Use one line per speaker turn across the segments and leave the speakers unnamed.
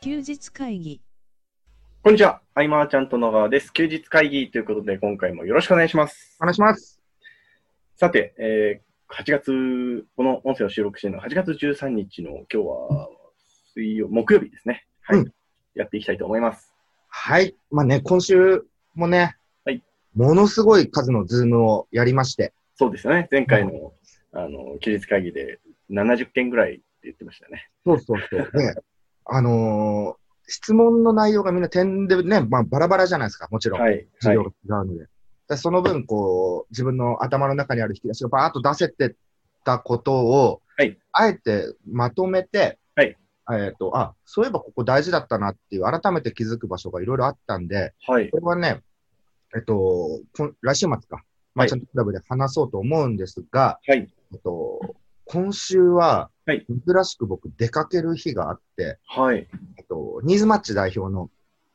休日会議。
こんにちは。アイマーちゃんと野川です。休日会議ということで、今回もよろしくお願いします。
話します。
さて、えー8月、この音声を収録しているのは8月13日の今日は水曜、木曜日ですね。はい。
うん
やっていきたいと思います。
はい。まあね、今週もね、
はい
ものすごい数のズームをやりまして、
そうですよね。前回の、あの、休日会議で70件ぐらいって言ってましたね。
そうそうそう。ね、 あのー質問の内容がみんな点でね、まあバラバラじゃないですか、もちろん。
はい。
授
はい
業。が違うので。だからその分、こう、自分の頭の中にある引き出しをバーッと出せてたことを、
はい
あえてまとめて、
はい
えっ、と、あ、そういえばここ大事だったなっていう、改めて気づく場所がいろいろあったんで、
はい。
これはね、えっと、こん来週末か、マーチャントクラブで話そうと思うんですが、
はい。
えっと、今週は、
はい
珍しく僕、出かける日があって、
はい。
えっと、ニーズマッチ代表の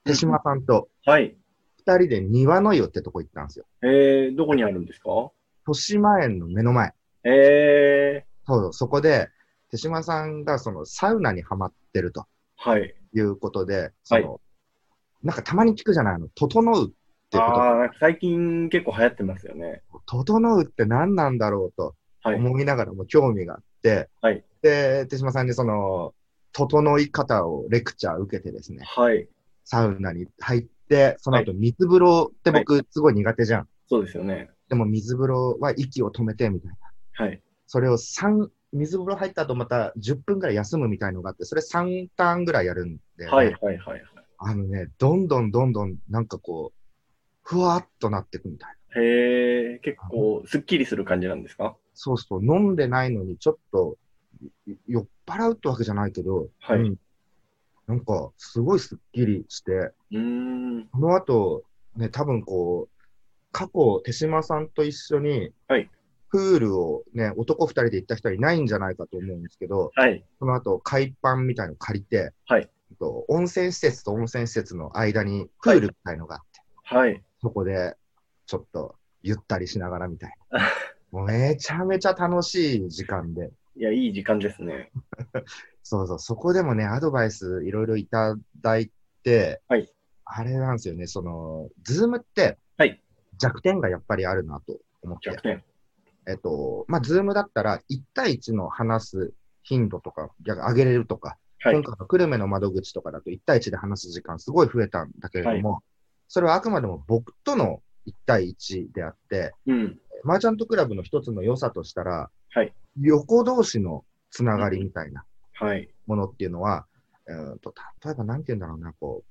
手島さんと
はい。
二人で庭の湯ってとこ行ったんですよ。
えー、どこにあるんですか
豊島園の目の前。
え
そう、そこで、手島さんがそのサウナにハマってると
ー、はい。
いうことで、その、なんかたまに聞くじゃないあの、整うっていう
ああ、なんか最近結構流行ってますよね。
こと、整うって何なんだろうと、
はい。
思いながらも興味があって、
はい
で、手島さんにその、整い方をレクチャー受けてですね、
はい。
サウナに入って、その後水風呂って僕すごい苦手じゃん。
そうですよね。
でも水風呂は息を止めてみたいな。
はい。
それを3、水風呂入った後また10分ぐらい休むみたいのがあって、それ3ターンぐらいやるんで、
はい。はい。はい。
あのね、どんどんどんどんなんかこう、ふわっとなってくみたいな。
へえ、結構、すっきりする感じなんですか
そうそう、飲んでないのにちょっとい酔っ払うってわけじゃないけど、
はい
うんなんかすごいすっきりして、
うーん。
この後、ね、多分こう、過去、手島さんと一緒に、
はい
プールをね、男二人で行った人はいないんじゃないかと思うんですけど、
はい。
その後、海パンみたいの借りて、
はい
と温泉施設と温泉施設の間にプールみたいのがあって、
はい。
そこでちょっとゆったりしながらみたい な。もうめちゃめちゃ楽しい時間で、
いや、いい時間ですね。
そうそう、そこでもね、アドバイスいろいろいただいて、
はい
あれなんですよね、その、ズームって、
はい
弱点がやっぱりあるなと思って
弱、点。
えっと、まあ、ズームだったら、1対1の話す頻度とか、逆に上げれるとか、
はい
今。回の久留米の窓口とかだと、1対1で話す時間、すごい増えたんだけれども、それはあくまでも僕との1対1であって、
うん。
マーチャントクラブの一つの良さとしたら、
はい
横同士のつながりみたいな。
はい。
ものっていうのは、うーんと例えばなんて言うんだろうな、こ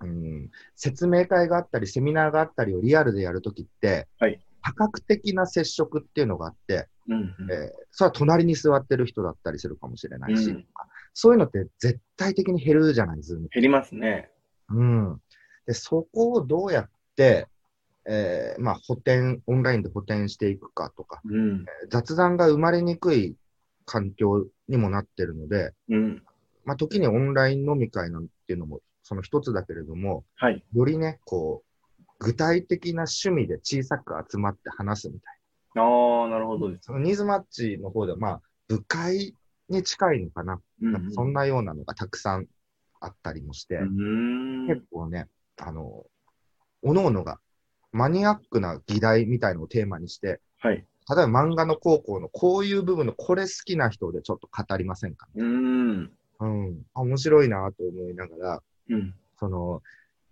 う、うん、説明会があったり、セミナーがあったりをリアルでやるときって、
はい
多角的な接触っていうのがあって、
うん。
えーそれは隣に座ってる人だったりするかもしれないし、
うん
そういうのって絶対的に減るじゃない、ズーム。
減りますね。
うん。で、そこをどうやって、えーまあ、補填、オンラインで補填していくかとか、
うん。
雑談が生まれにくい環境にもなってるので、
うん。
まあ、時にオンライン飲み会なんていうのもその一つだけれども、
はい。
よりね、こう、具体的な趣味で小さく集まって話すみたいな。
ああ、なるほどです。
そのニーズマッチの方では、まあ、部会に近いのかな。
う
なんかそんなようなのがたくさんあったりもして、
うーん
結。構ね、あの、おののがマニアックな議題みたいのをテーマにして、
はい。
例えば漫画の高校のこういう部分のこれ好きな人でちょっと語りませんか、
うーん。
うん。あ面白いなと思いながら、
うん。
その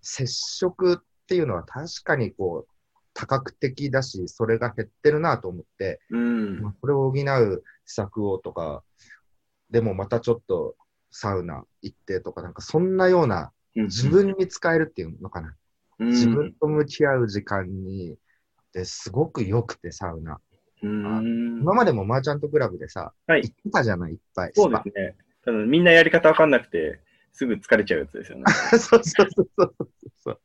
接触っていうのは確かにこう多角的だし、それが減ってるなと思って、
うん
まあ。これを補う施策をとか、でもまたちょっとサウナ行ってとか、なんかそんなような
うん
自分に使えるっていうのかな。
うん
自分と向き合う時間に、ですごく良くてサウナ。
うん。
今までもマーチャントクラブでさ、
はい
行ってたじゃない、いっぱい。
そうですね。ただ、みんなやり方わかんなくて、すぐ疲れちゃうやつですよね。
そうそうそうそうそうそう。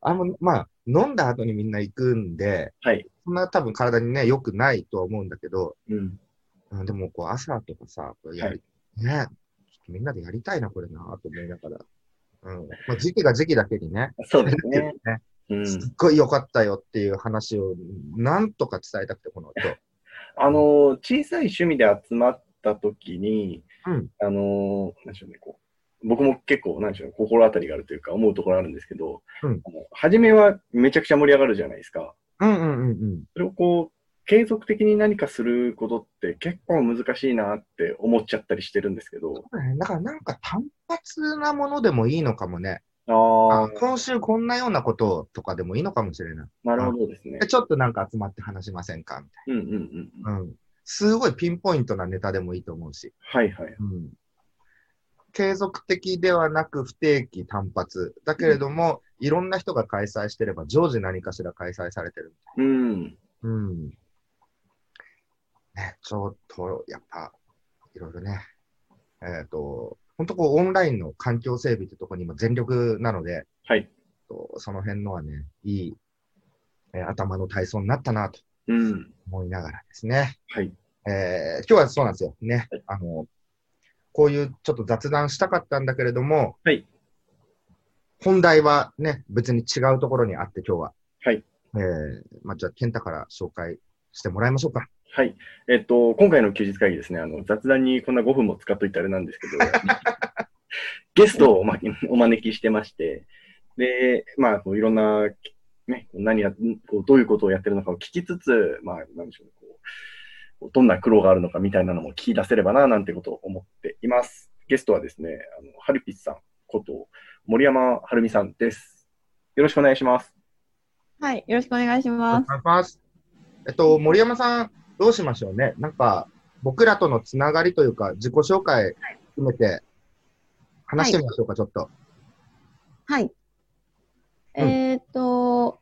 あの、まあ、飲んだ後にみんな行くんで、
はい。
そんな多分体にね、良くないとは思うんだけど、
うん。
うんでもこう朝とかさ、こうやり、ね、ちょっとみんなでやりたいな、これな、と思いながら。うん。まあ、時期が時期だけにね、
そうです
ね
ね。うん。
すっごい良かったよっていう話を、なんとか伝えたくて、この後。
あのー小さい趣味で集まった時に、
うん
あのーなんでしょうね、こ僕も結構、なんでしょうね、心当たりがあるというか、思うところあるんですけど、
うん
あの初めはめちゃくちゃ盛り上がるじゃないですか。
うんうんうんうん。
それをこう、継続的に何かすることって結構難しいなって思っちゃったりしてるんですけど。
そうだねだからなんか単発なものでもいいのかもね。
あ
あ今週こんなようなことをとかでもいいのかもしれない。
なるほどですね
で。ちょっとなんか集まって話しませんかみ
うんうんうん。
たいな。うん。すごいピンポイントなネタでもいいと思うし。
はいはい。
うん。継続的ではなく不定期単発。だけれども、いろんな人が開催してれば常時何かしら開催されてる。
うん。
うん。ね、ちょっと、やっぱ、いろいろね。えっ、と、本当こう、オンラインの環境整備ってとこにも全力なので、
はい。
とその辺のはね、いい、えー頭の体操になったなと
うん。
思いながらですね。
はい。
えー今日はそうなんですよ。ね
はい。
あの、こういうちょっと雑談したかったんだけれども、
はい
本題はね、別に違うところにあって今日は。
はい。
えーまあ、じゃあ、健太から紹介してもらいましょうか。
はい。えっと、今回の休日会議ですね、あの、雑談にこんな5分も使っといてあれなんですけど、ゲストをお,、ま、お招きしてまして、で、まあ、こういろんな、ね、何や、こうどういうことをやってるのかを聞きつつ、まあ、なんでしょうね、こう、どんな苦労があるのかみたいなのも聞き出せればな、なんてことを思っています。ゲストはですね、あの、ハルピスさんこと、森山はるみさんです。よろしくお願いします。
はい、よろしくお願いし
お
ます。
願いします。えっと、森山さん、どうしましょうね。なんか、僕らとのつながりというか、自己紹介含めて、話してみましょうか、ちょっと。
はい。
うん
えーっと、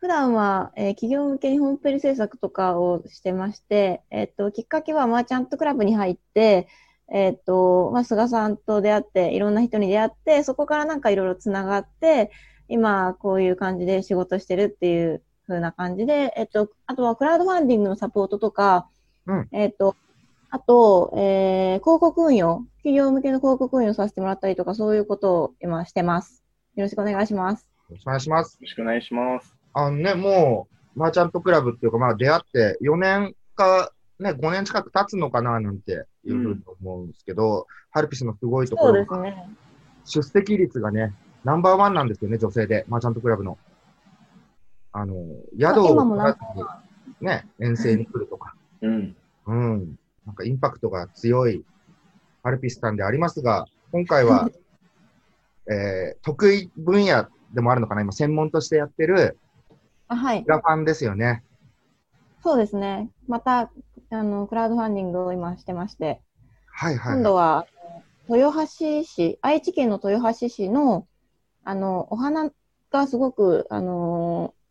普段は、えー企業向けにホームページ制作とかをしてまして、えーっと、きっかけはマーチャントクラブに入って、えーっと、まあ、菅さんと出会って、いろんな人に出会って、そこからなんかいろいろつながって、今、こういう感じで仕事してるっていう風な感じで、えーっと、あとはクラウドファンディングのサポートとか、
うん
えーっと、あと、えー広告運用、企業向けの広告運用させてもらったりとか、そういうことを今してます。よろしくお願いします。
よろしくお願いします。
よろしくお願いします。
あのね、もう、マーチャントクラブっていうか、まあ、出会って4年か、ね、5年近く経つのかな、なんていうふうに思うんですけど、ハルピスのすごいところ、
すね。
出席率がね、ナンバーワンなんですよね、女性で、マーチャントクラブの。あの、宿を
今も
取ら
ナン
ずに、ね、遠征に来るとか。
うん。
うん。なんかインパクトが強いアルピスさんでありますが、今回 は、えー得意分野でもあるのかな今、専門としてやってる
あはい
ク。ラファンですよね。
そうですね。また、あの、クラウドファンディングを今してまして、
はいはい。
今度は、豊橋市、愛知県の豊橋市の、あの、お花がすごく、あのー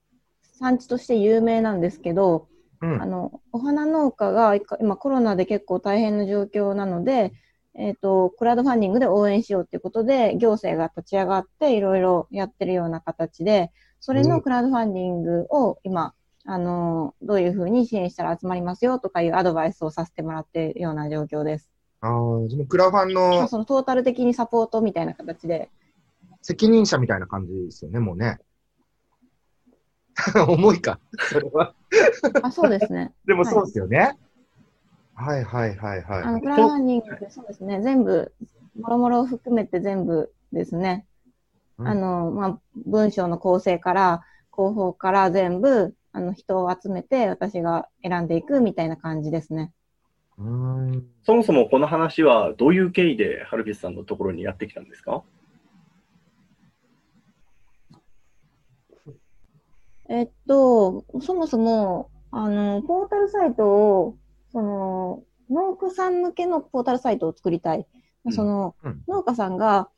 産地として有名なんですけど、
うん
あの、お花農家が今コロナで結構大変な状況なので、えっ、と、クラウドファンディングで応援しようっていうことで、行政が立ち上がっていろいろやってるような形で、それのクラウドファンディングを今、あの、どういうふうに支援したら集まりますよとかいうアドバイスをさせてもらっているような状況です。
あーそのクラファン
まあ
の
そのトータル的にサポートみたいな形で。
責任者みたいな感じですよね、もうね。 重いか。それは。
あ、そうですね。
でもそうですよね。はいはいはいはい。
あの、クラウドファンディングってそうですね。全部、もろもろ含めて全部ですね。
うん
あの、まあ、文章の構成から、広報から全部、あの、人を集めて私が選んでいくみたいな感じですね。
うーん
そもそもこの話はどういう経緯でハルビスさんのところにやってきたんですか
えっと、そもそも、あの、ポータルサイトを、その、農家さん向けのポータルサイトを作りたい。
うん
その、
うん
農家さんが、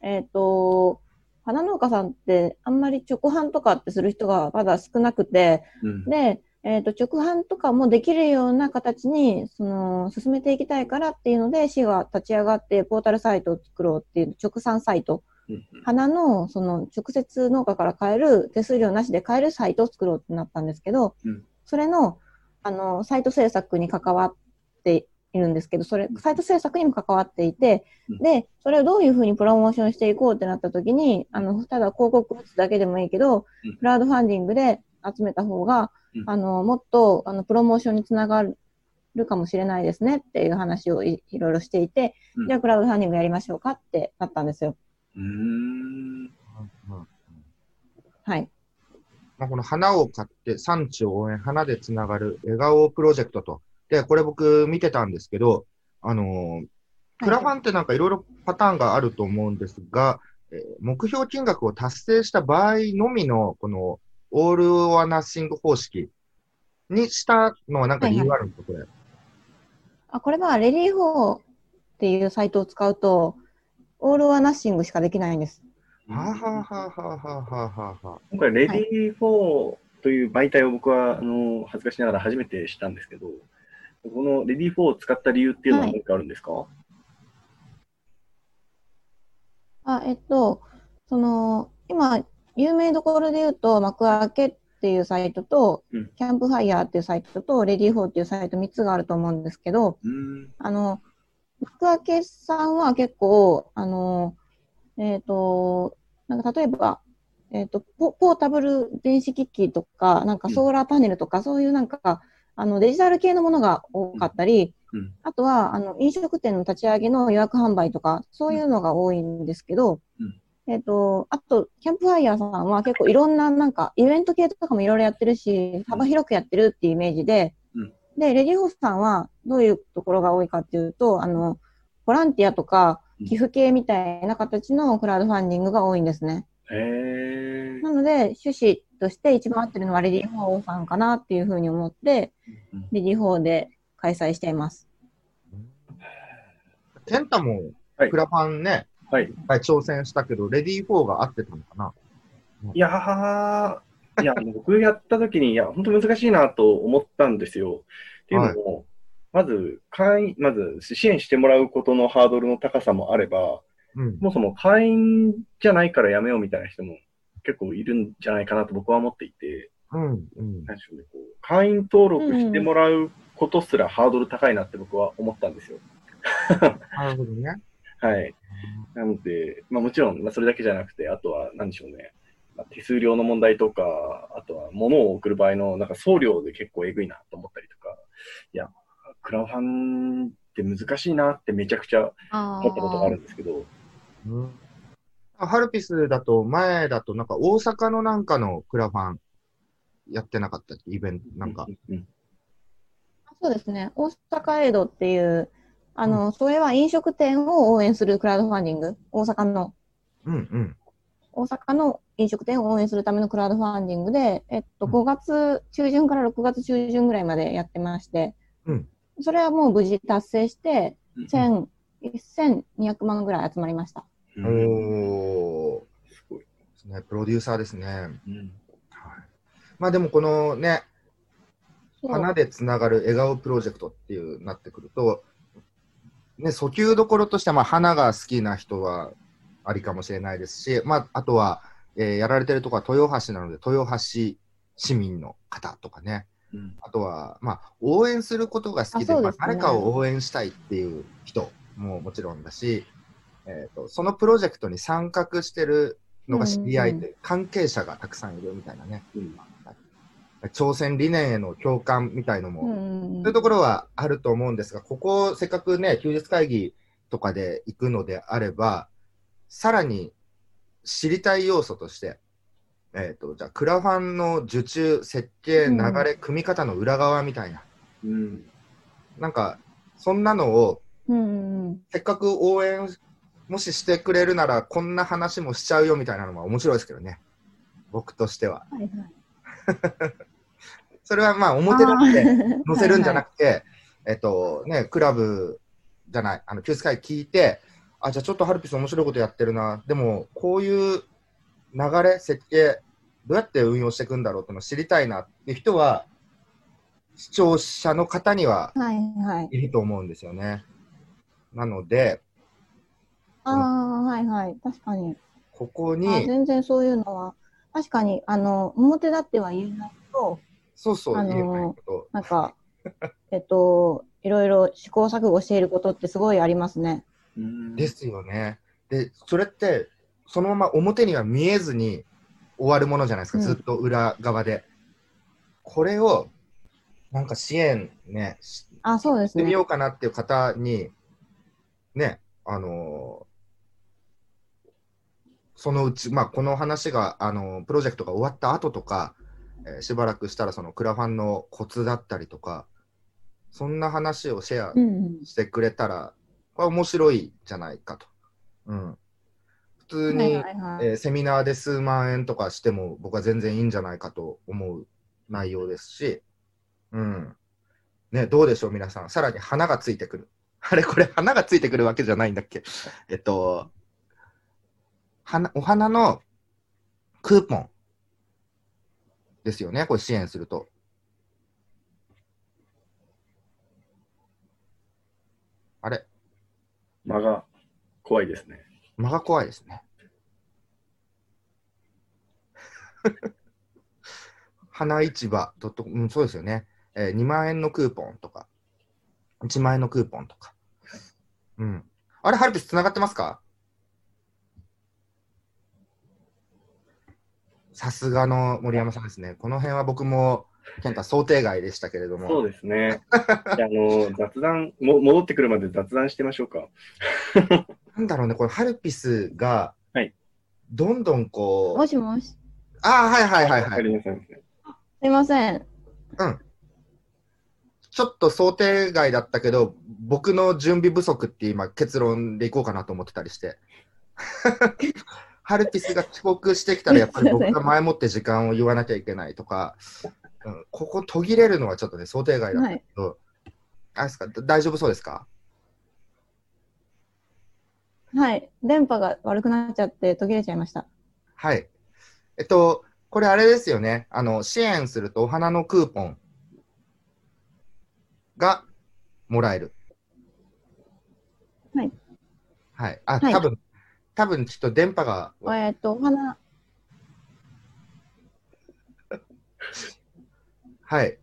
えっ、と、花農家さんってあんまり直販とかってする人がまだ少なくて、
うん
で、えっ、と、直販とかもできるような形に、その、進めていきたいからっていうので、市が立ち上がってポータルサイトを作ろうっていう、直産サイト。
うん
花の、その、直接農家から買える、手数料なしで買えるサイトを作ろうってなったんですけど、
うん
それの、あの、サイト制作に関わっているんですけど、それ、サイト制作にも関わっていて、
うん
で、それをどういうふうにプロモーションしていこうってなった時に、あの、ただ広告打つだけでもいいけど
うん、
クラウドファンディングで集めた方が
うん、
あの、もっと、あの、プロモーションにつながるかもしれないですねっていう話をいいろいろしていて、
うん
じゃあクラウドファンディングやりましょうかってなったんですよ。
うーん。
うん
はい。
まあ、この花を買って産地を応援、花でつながる笑顔プロジェクトと。で、これ僕見てたんですけど、あのークラファンってなんかいろいろパターンがあると思うんですが、えー目標金額を達成した場合のみの、このオール・オア・ナッシング方式にしたのはなんか理由があるんですか、これ。
あ、これはレリー・ホーっていうサイトを使うと、オール・オア・ナッシングしかできないんです。
はははははははは。
今回、レディー4という媒体を僕は、あの、恥ずかしながら初めて知ったんですけど、このレディー4を使った理由っていうのは
はい
何かあるんですか、
あ、えっと、その、今、有名どころで言うと、幕開けっていうサイトと
うん、
キャンプファイヤーっていうサイトと、レディー・フォーっていうサイト3つがあると思うんですけど、
うーん。
あの、幕開けさんは結構、あの、えっ、と、なんか例えば、えっ、とポ、ポータブル電子機器とか、なんか
うん
ソーラーパネルとか、そういうなんか、あの、デジタル系のものが多かったり、
うんうん
あとは、あの、飲食店の立ち上げの予約販売とか、そういうのが多いんですけど、
うん
えっ、と、あと、キャンプファイヤーさんは結構いろんななんか、イベント系とかもいろいろやってるし、幅広くやってるっていうイメージで、で、レディーホースさんはどういうところが多いかっていうと、あの、ボランティアとか
うん
寄付系みたいな形のクラウドファンディングが多いんですね。
へえ。
なので、趣旨として一番合ってるのはレディーホーさんかなっていうふうに思って、
うん
レディーホーで開催しています。
ケンタも
はい
クラファンね、
はい。
一回挑戦したけど、レディー4が合ってたのかない
やー、いや、僕やったときに、いや、本当難しいなと思ったんですよ。っていうのも、まず、会員、まず、支援してもらうことのハードルの高さもあれば、
うん
そ。もそも会員じゃないからやめようみたいな人も結構いるんじゃないかなと僕は思っていて、
うん。うん。
なんでしょうね、こう会員登録してもらうことすらハードル高いなって僕は思ったんですよ。
なるほどね。
はい。なので、まあもちろん、まあそれだけじゃなくて、あとは何でしょうね。まあ手数料の問題とか、あとは物を送る場合のなんか送料で結構えぐいなと思ったりとか、いや、クラファンって難しいなってめちゃくちゃ
あ
思ったことがあるんですけど、
うんハルピスだと、前だと、なんか大阪のなんかのクラファンやってなかったっけイベント、なんか
う。んうん
そうですね。大阪エイドっていう、あの、それは飲食店を応援するクラウドファンディング。大阪の
うんうん。
大阪の飲食店を応援するためのクラウドファンディングで、えっと、
うん
5月中旬から6月中旬ぐらいまでやってまして、
うん
それはもう無事達成して、
うん
1000 1200万ぐらい集まりました。
う
うんん、おー
すごい。
ですね、プロデューサーですね。は
う
い、
ん
まあでも、このね、
そう
花でつながる笑顔プロジェクトっていうなってくると、ね、訴求どころとしては、まあ、花が好きな人はありかもしれないですし、まあ、あとは、えーやられてるとこは豊橋なので、豊橋市民の方とかね、
うん
あとは、まあ、応援することが好きで、
あそう
ま
で
あ
すね
誰かを応援したいっていう人ももちろんだし、えー、とそのプロジェクトに参画してるのが知り合い
うんう
で、関係者がたくさんいるみたいなね、
うん
挑戦理念への共感みたいのも、
うんうんうん
そういうところはあると思うんですが、ここ、せっかくね、休日会議とかで行くのであれば、さらに知りたい要素として、えっ、と、じゃあ、クラファンの受注、設計、
う
流
ん
れ、組み方の裏側みたいな、
うん
なんか、そんなのを、
うんうんうん
せっかく応援、もししてくれるなら、こんな話もしちゃうよみたいなのも面白いですけどね、僕としては。
はいはい
それはまあ、表だって、載せるんじゃな
く
くて、えっとね、クラブじゃない、あの、休日会聞いて、あ、じゃあちょっとハルピス面白いことやってるな、でも、こういう流れ、設計、どうやって運用していくんだろうってのを知りたいなっていう人は、視聴者の方には
て。はいはい。
いると思うんですよね。なので、
ああ、はいはい。確かに。
ここ
あ
に、
全然そういうのは、確かに、あの、表立っては言えないけど、
そうそう、
あのー
言えばいいけど
なんか、えっと、いろいろ試行錯誤していることってすごいありますね。
うん
ですよね。で、それって、そのまま表には見えずに終わるものじゃないですか、
うん
ずっと裏側で。これをなんか支援ね、し
あ、そうで
し
す
てみ
ね。
ようかなっていう方に、ね、あのーそのうち、まあ、この話が、あのープロジェクトが終わった後とか、えーしばらくしたら、そのクラファンのコツだったりとか、そんな話をシェア
うんうん。
してくれたら、これは面白いじゃないかと。うん。普通に、
はいはいはい。
えーセミナーで数万円とかしても僕は全然いいんじゃないかと思う内容ですし、うん。ね、どうでしょう、皆さん。さらに花がついてくる。 あれ、これ、花がついてくるわけじゃないんだっ け。えっと、花お花のクーポンですよね、これ支援すると。あれ、
間が怖いですね。
間が怖いですね。 花市場ドットコム、うん、そうですよね、えー。2万円のクーポンとか、1万円のクーポンとか。うん。あれ、ハルピスつながってますかさすがの森山さんですね。この辺は僕も、健太想定外でしたけれども。
そうですね。じゃあ、あの、雑談も、戻ってくるまで雑談してましょうか。
なんだろうね、これ、ハルピスが、
はい
どんどんこう、
もしもし。す
ああ、はいはいはい
わ
は
か
い。
りません。
いません。
ちょっと想定外だったけど、僕の準備不足って今、結論でいこうかなと思ってたりして。ハルピスが遅刻してきた ら、やっぱり僕が前もって時間を言わなきゃいけないとか、うん、ここ途切れるのはちょっとね、想定外だった
はい。
けど、あれですか、だ大丈夫そうですか
はい。電波が悪くなっちゃって途切れちゃいました。
はい。えっと、これあれですよね。あの、支援するとお花のクーポンがもらえる。
はい。
はい。あ、
はい
多分、多分きっと電波が、
えっと、お花、
はい。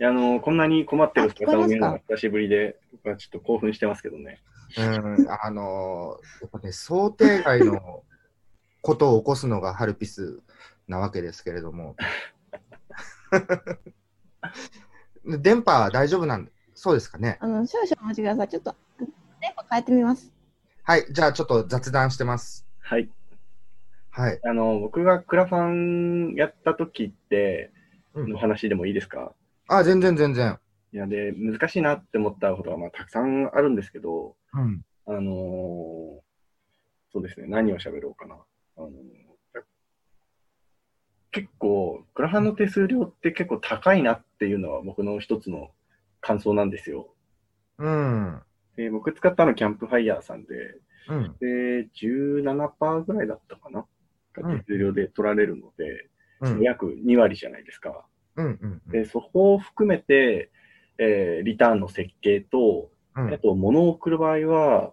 いやあの、こんなに困ってる人
あ聞
を
こえますか
見るのが久しぶりで、僕はちょっと興奮してますけどね。
うん、 あのーやっぱね、想定外のことを起こすのがハルピスなわけですけれども。 電波大丈夫なんで、そうですかね。
あの、少々お待ちください。ちょっと、電波変えてみます。
はい。じゃあちょっと雑談してます。
はい。
はい。
あの、僕がクラファンやった時って、
うん
の話でもいいですか、
あ、全然全然。
いや、で、難しいなって思ったことは、まあ、たくさんあるんですけど、
うん。
あのーそうですね、何を喋ろうかな。あのー結構、クラファンの手数料って結構高いなっていうのは僕の一つの感想なんですよ。
うん。
で僕使ったのキャンプファイヤーさんで、
うん。
で、17%ぐらいだったかな
うん
手数料で取られるので、
うん。
約2割じゃないですか。
うん。うん。
で、そこを含めて、えーリターンの設計と、
う
あ
ん。
と、物を送る場合は、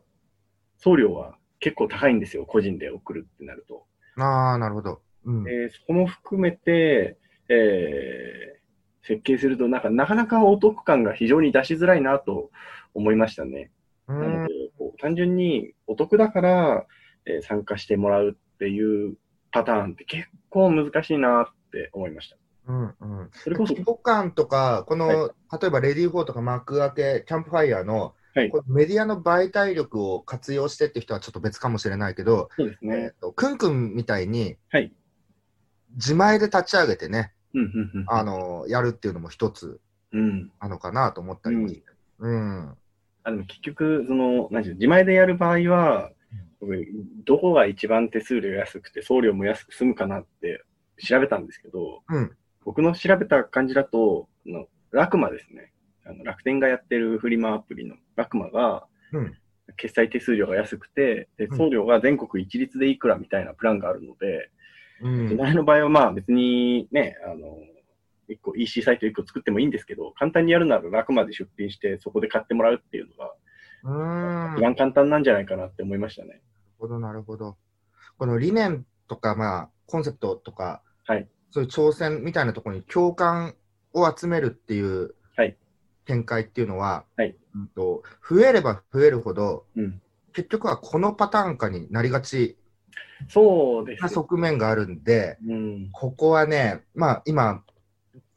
送料は結構高いんですよ、個人で送るってなると。
ああ、なるほど。うん。
でそこも含めて、えー設計するとなんか、なかなかお得感が非常に出しづらいなと思いましたね。
う
なの
ん
で、こう単純にお得だから、えー参加してもらうっていうパターンって結構難しいなって思いました。
うん。うん。
それこそ
規、模感とか、この、例えばレディー4とか幕開け、キャンプファイヤーの、
はい
これメディアの媒体力を活用してって人はちょっと別かもしれないけど、
そうです
え
ね。
っと、くんくんみたいに、
はい。
自前で立ち上げてね、
うん、うん、うん。
あの、やるっていうのも一つ
うん。
なのかなと思ったりもして。うん。
あでも結局、その、なんていうの自前でやる場合は、僕どこが一番手数料安くて送料も安く済むかなって調べたんですけど、
うん
僕の調べた感じだと、あのラクマですね。あの楽天がやってるフリマアプリのラクマが、
うん
決済手数料が安くてで、
うん
送料が全国一律でいくらみたいなプランがあるので、
うん
自。前の場合はまあ別にね、あの、一個 EC サイト一個作ってもいいんですけど、簡単にやるならラクマで出品してそこで買ってもらうっていうのが、
うん。
一番簡単なんじゃないかなって思いましたね。
なるほど、なるほど。この理念とか、まあ、コンセプトとか、
はい
そういう挑戦みたいなところに共感を集めるっていう
はい
展開っていうのは、
はい
うんと、増えれば増えるほど、
うん
結局はこのパターン化になりがち
そうで
な
す。
側面があるんで、
うん。
ここはね、まあ、今、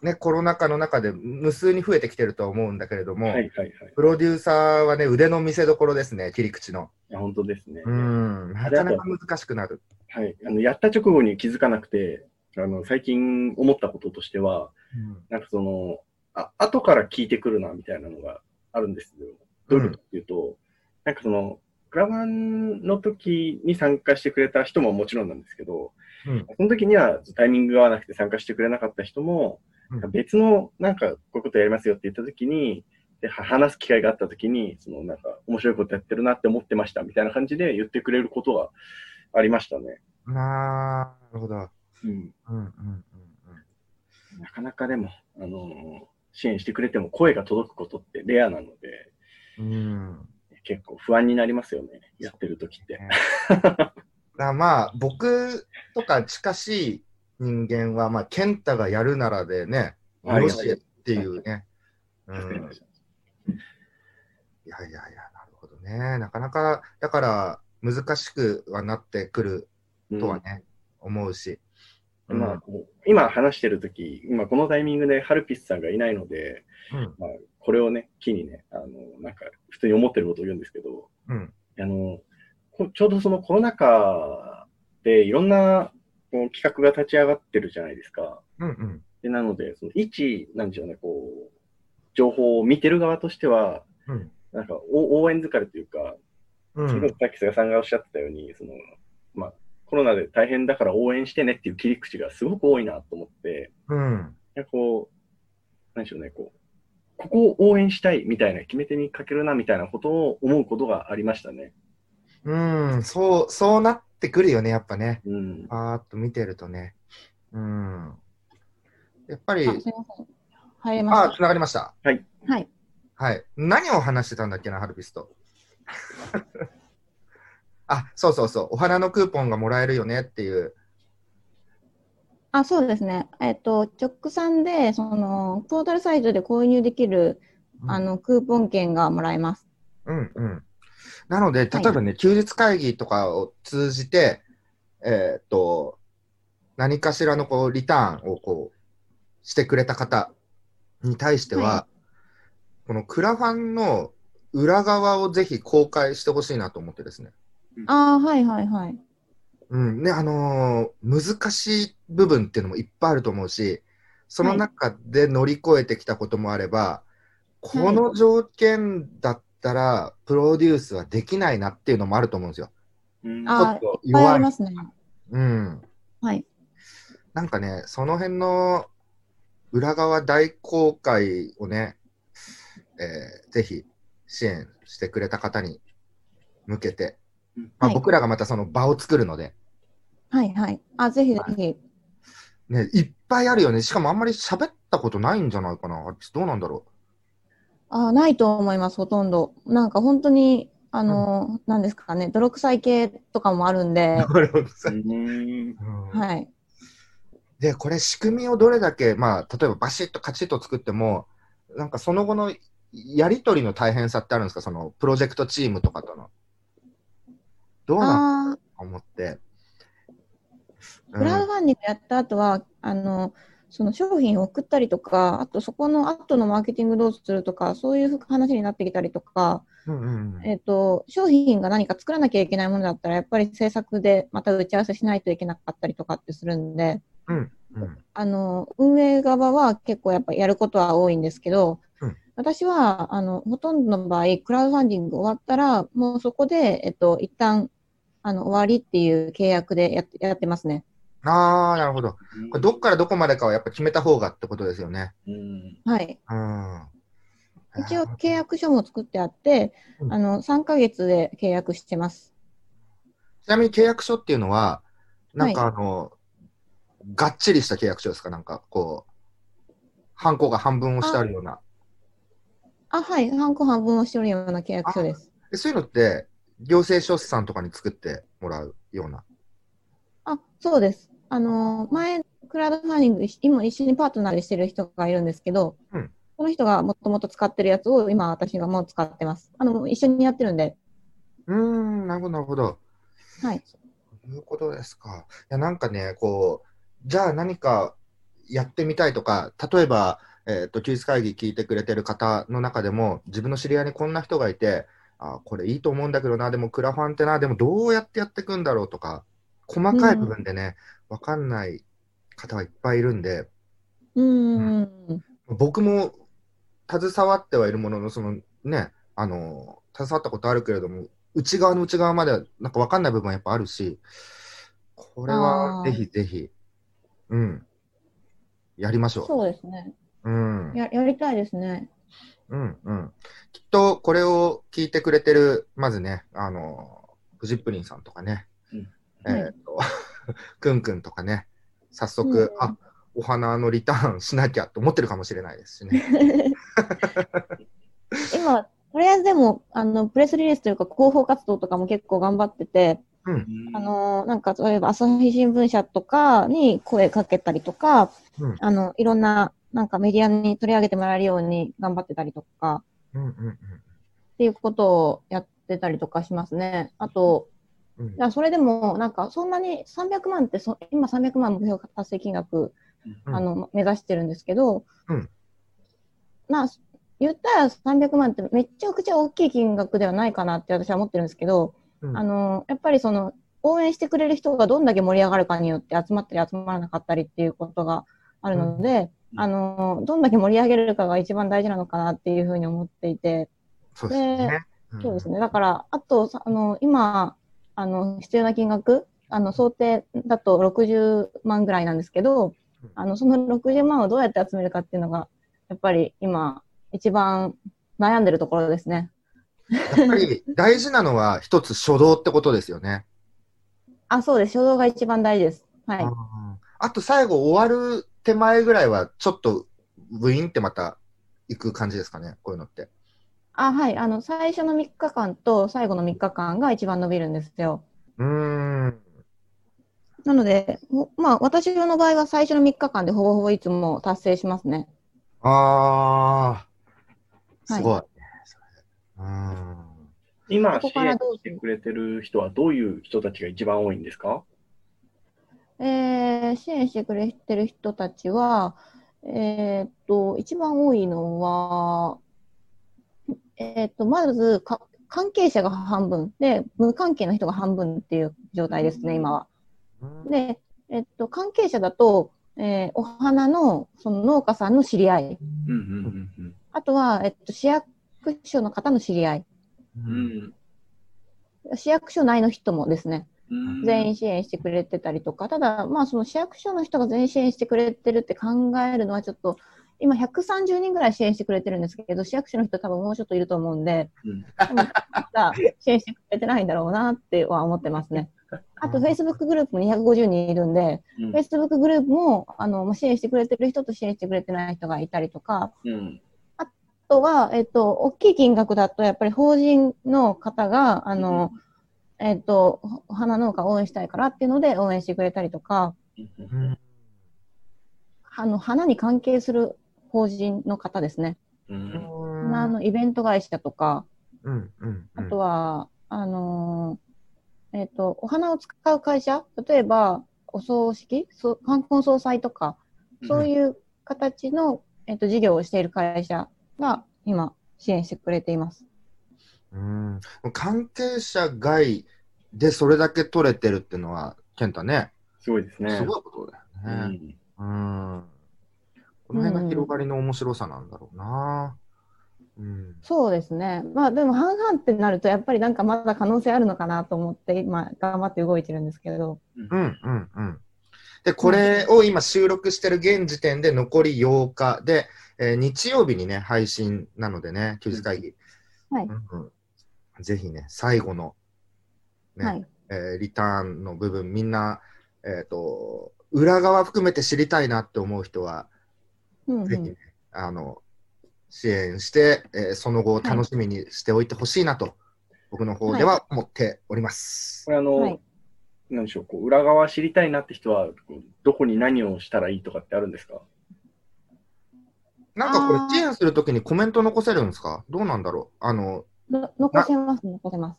ね、コロナ禍の中で無数に増えてきてると思うんだけれども、
はいはいはい。い
プロデューサーはね、腕の見せ所ですね、切り口の。
や本当ですね。
うん、なかなか難しくなる。
はい。あの、やった直後に気づかなくて、あの、最近思ったこととしては、
うん
なんかその、あ、後から聞いてくるな、みたいなのがあるんですけど、どういうことかっていうと、なんかその、クラバンの時に参加してくれた人ももちろんなんですけど、
うん
その時にはタイミングが合わなくて参加してくれなかった人も、
うん
別のなんかこういうことやりますよって言った時に、では話す機会があった時に、そのなんか面白いことやってるなって思ってましたみたいな感じで言ってくれることがありましたね。
なるほど。
うん、
うんうんうん
なかなかでも、あの支援してくれても声が届くことってレアなので、
うんうん
結構不安になりますよね。やってる時って。
だからまあ僕とか近しい人間は、まあ、健太がやるならでね、
はい
よしっていうね。うん、い
助かりました
やいやいや、なるほどね。なかなか、だから難しくはなってくる
うん
とはね、思うし。うん
まあ、こう今話してる時、今このタイミングでハルピスさんがいないので、
うん
これをね、機にね、あの、なんか普通に思ってることを言うんですけど、
うん
あの、こちょうどそのコロナ禍でいろんなこう企画が立ち上がってるじゃないですか。
うんうん
でなので、その一、なんでしょうね、こう、情報を見てる側としては、
うん
なんかお応援疲れというか、
う
それこ
ん
そさっき菅さんがおっしゃってたように、そのまあ、コロナで大変だから応援してねっていう切り口がすごく多いなと思って、
うん
なんかこう、なんでしょうね、こう、ここを応援したいみたいな、決め手にかけるなみたいなことを思うことがありましたね。
うん、そう、そうなってくるよね、やっぱね。
うん。
パーっと見てるとね。うん。やっぱり、
あ、すみません。入れま
あ
し
つながりました。
た。はい。
はい。何を話してたんだっけな、ハルピ スト。あ、そうそうそう。お花のクーポンがもらえるよねっていう。
あ、そうですね。えっ、と、直産で、その、ポータルサイトで購入できる、あ、の、クーポン券がもらえます。
うんうん。なので、例えばね、休日会議とかを通じて、えーっと、何かしらのこう、リターンをこう、してくれた方に対しては、
は
このクラファンの裏側をぜひ公開してほしいなと思ってですね。
ああ、はいはいはい。
うん、ね、あのー難しい部分っていうのもいっぱいあると思うし、その中で乗り越えてきたこともあれば、この条件だったら、プロデュースはできないなっていうのもあると思うんですよ。
うん
ちょ
あ
っと
いっぱい
弱
あり
い。
ますね。
うん。
はい。
なんかね、その辺の裏側大公開をね、えーぜひ支援してくれた方に向けて、まあ、
はい
僕らがまたその場を作るので、
はいはい。あ、ぜひぜひ。
ね、いっぱいあるよね。しかもあんまり喋ったことないんじゃないかな。あどうなんだろ
あーないと思います、ほとんど。なんか本当に、あのー、なんですかね、泥臭い系とかもあるん
う。
で、
うん
うん
はい。
で、これ仕組みをどれだけ、まあ、例えばバシッとカチッと作っても、なんかその後のやりとりの大変さってあるんですかそのプロジェクトチームとかとの。どうなん
あ
と思って。
あ、クラウドファンディングやった後は、あの、その商品を送ったりとか、あとそこの後のマーケティングどうするとか、そういう話になってきたりとか、
うんうんうん
えっ、と、商品が何か作らなきゃいけないものだったら、やっぱり制作でまた打ち合わせしないといけなかったりとかってするんで、
うん
あの運営側は結構やっぱやることは多いんですけど、
うん
私はあのほとんどの場合クラウドファンディング終わったらもうそこで、えっと、一旦あの終わりっていう契約でやっやってますね。
ああ、なるほど。これどっからどこまでかはやっぱ決めた方がってことですよね。
うん
はい、
うん。
一応契約書も作ってあって、
うん
あの3ヶ月で契約してます。
ちなみに契約書っていうのは、なんかあの、がっちりした契約書ですかなんかこう、ハンコが半分押してあるような。
あはい、半個半分をしておるような契約書です。
でそういうのって、行政書士さんとかに作ってもらうような。
あそうです。あの前クラウドファンディング今一緒にパートナーでしてる人がいるんですけど、
うん
この人がもともと使ってるやつを今私がもう使ってます。あの一緒にやってるんで。
うーん、なるほど、なるほど。
はい。
ということですか。いや、なんかね、こう、じゃあ何かやってみたいとか、例えば、えっ、と、休日会議聞いてくれてる方の中でも、自分の知り合いにこんな人がいて、あこれいいと思うんだけどな、でもクラファンってな、でもどうやってやっていくんだろうとか、細かい部分でね、わ、かんない方がいっぱいいるんで、
うん。
僕も携わってはいるものの、そのね、あの、携わったことあるけれども、内側の内側まではなんかわかんない部分はやっぱあるし、これは
あー
ぜひぜひ、うん、やりましょう。
そうですね。
うん。
ややりたいですね。
うんうん。きっとこれを聞いてくれてる、まずね、あの、フジップリンさんとかね、
うん
えーっと、 くんくんとかね、早速、
うん
あ、お花のリターンしなきゃと思ってるかもしれないですし ね。
今、とりあえずでも、あの、プレスリリースというか広報活動とかも結構頑張ってて、あの、なんか、例えば朝日新聞社とかに声かけたりとか、
うん
あの、いろんな、なんかメディアに取り上げてもらえるように頑張ってたりとか、
うんうん
っていうことをやってたりとかしますね。あと、
うん。うん
いやそれでも、なんか、そんなに300万ってそ、今300万目標達成金額、
うん
あの、目指してるんですけど、
うん
まあ、言ったら300万ってめちゃくちゃ大きい金額ではないかなって私は思ってるんですけど、
うん
あの、やっぱりその、応援してくれる人がどんだけ盛り上がるかによって集まったり集まらなかったりっていうことがあるので、
うん
あの、どんだけ盛り上げれるかが一番大事なのかなっていうふうに思っていて、
そうですね。
そうです
ね。
ね。だから、あと、さあの、今、あの、必要な金額、あの、想定だと60万ぐらいなんですけど
うん、
あの、その60万をどうやって集めるかっていうのが、やっぱり今、一番悩んでるところですね。
やっぱり大事なのは一つ初動ってことですよね。
あ、そうです。初動が一番大事です。はい
あ。ーあと最後終わる手前ぐらいはちょっとブイーンってまた行く感じですかね、こういうのって。
あ、はい。あの、最初の3日間と最後の3日間が一番伸びるんですよ。
うーん。
なので、ほまあ、私の場合は最初の3日間でほぼほぼいつも達成しますね。
ああ、
はい
すごい。それうーん。
今、
こ
支
こから
援
どう
してくれてる人はどういう人たちが一番多いんですか
えー支援してくれてる人たちは、えーっと、一番多いのは、えーっと、まずか、関係者が半分で、無関係の人が半分っていう状態ですね、今は。で、えーっと、関係者だと、えーお花の、その農家さんの知り合い。
うんうんうん
あとは、えっと、市役所の方の知り合い。
う
うんん。うん
市役所内の人もですね、
うん
全員支援してくれてたりとか、ただ、まあ、その市役所の人が全員支援してくれてるって考えるのはちょっと、今130人ぐらい支援してくれてるんですけど、市役所の人多分もうちょっといると思うんで、
うん
でもまだ支援してくれてないんだろうなっては思ってますね。あと、Facebook グループも250人いるんで、
うん
Facebook グループも、あの、もう支援してくれてる人と支援してくれてない人がいたりとか、
うん
あとは、えっと、大きい金額だと、やっぱり法人の方が、あの、えっと、お花農家を応援したいからっていうので応援してくれたりとか、
うん
うん
あの、花に関係する法人の方ですね。
うん
花のイベント会社とか、
うんうん
あとは、あのーえっと、お花を使う会社、例えば、お葬式、そう冠婚葬祭とか、そういう形の、えっと、事業をしている会社が今、支援してくれています。
うん関係者外でそれだけ取れてるってのは、健太ね、
すごいですね。
すごいことだよね。
うん
うん。この辺が広がりの面白さなんだろうな。うん。
そうですね。まあでも半々ってなると、やっぱりなんかまだ可能性あるのかなと思って、今、頑張って動いてるんですけど。
うんうんうん。で、これを今収録してる現時点で残り8日で、えー日曜日にね、配信なのでね、休日会議。
はい
うんうんぜひね、最後の、ね
はい。
えーリターンの部分、みんな、えっ、と、裏側含めて知りたいなって思う人は、
うん、
ぜ
う
ひね
ん。、
あの、支援して、えーその後を楽しみにしておいてほしいなと、僕の方では思っております。
これあの、
はい
なんでしょう、こう裏側知りたいなって人は、こうどこに何をしたらいいとかってあるんですか
なんか
あ
こ
ー
れ、支援するときにコメント残せるんですかどうなんだろうあの、
の残せます、残せま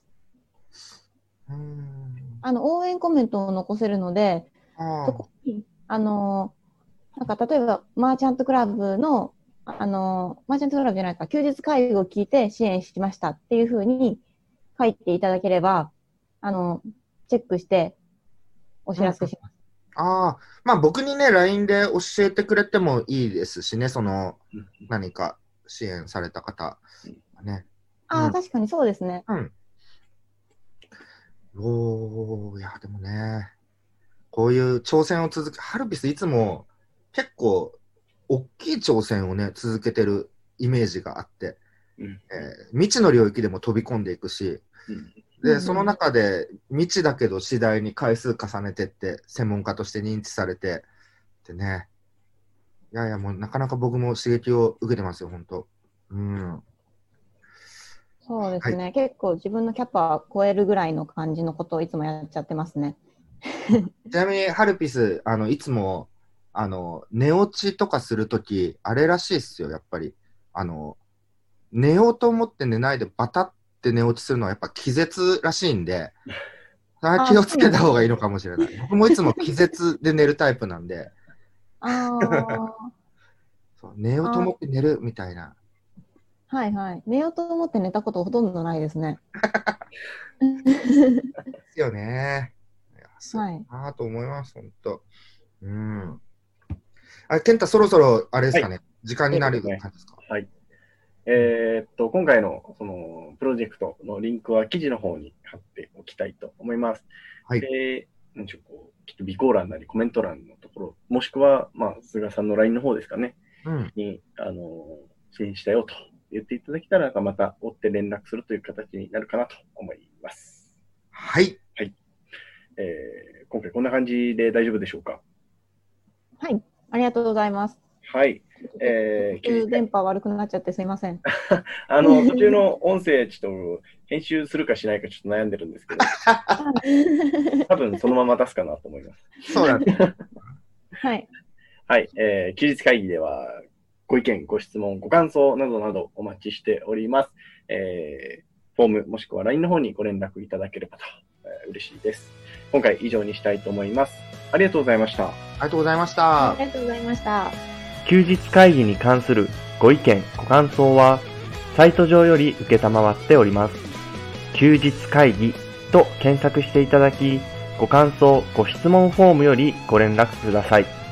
す。
うーん
あの、応援コメントを残せるので、
あ
そこに、あのーなんか例えば、マーチャントクラブの、あの、マーチャントクラブじゃないか、休日会議を聞いて支援しましたっていうふうに書いていただければ、あの、チェックしてお知らせします。
ああ、まあ僕にね、LINE で教えてくれてもいいですしね、その
うん
何か支援された方ね。
あ
う
あ、
ん
確かにそうですね。
うん。おー、いや、でもね、こういう挑戦を続け、ハルピスいつも結構大きい挑戦をね、続けてるイメージがあって、
うん
えー未知の領域でも飛び込んでいくし、
うん
うんう
で、
ん
その中で未知だけど次第に回数重ねてって、専門家として認知されて、ってね。いやいや、もうなかなか僕も刺激を受けてますよ、本当うん。
そうですね。結構自分のキャパ超えるぐらいの感じのことをいつもやっちゃってますね。
ちなみに、ハルピス、あの、いつも、あの、寝落ちとかするとき、あれらしいっすよ、やっぱり。あの、寝ようと思って寝ないで、バタって寝落ちするのは、やっぱ気絶らしいんで、それは気をつけた方がいいのかもしれない。僕もいつも気絶で寝るタイプなんで、
ああ、
そう寝ようと思って寝るみたいな。
はいはい。寝ようと思って寝たことほとんどないですね。
ですよね。いやそう
はい。
なあと思います、本当。うん。あ、健太、そろそろ、あれですかね、時間になる感じですか。
えーっと、今回のそのプロジェクトのリンクは記事の方に貼っておきたいと思います。
はい
で、なんでしょう、こう、きっと備考欄なりコメント欄のところ、もしくは、まあ、菅さんの LINE の方ですかね、
うん。
に、あのー、支援したよと言っていただけたら、また追って連絡するという形になるかなと思います。
はい。
えー今回こんな感じで大丈夫でしょうか
はい。ありがとうございます。
はい。えー
途中電波悪くなっちゃってすいません。
あの、途中の音声、ちょっと編集するかしないかちょっと悩んでるんですけど、多分そのまま出すかなと思います。
そうだね。
はい。
はい。えー休日会議では、ご意見、ご質問、ご感想などなどお待ちしております。えーフォームもしくは LINE の方にご連絡いただければと、えー嬉しいです。今回以上にしたいと思います。ありがとうございました。
ありがとうございまし
あ
た。
りがとうございました。
休日会議に関するご意見、ご感想は、サイト上より受けたまわっております。休日会議と検索していただき、ご感想、ご質問フォームよりご連絡ください。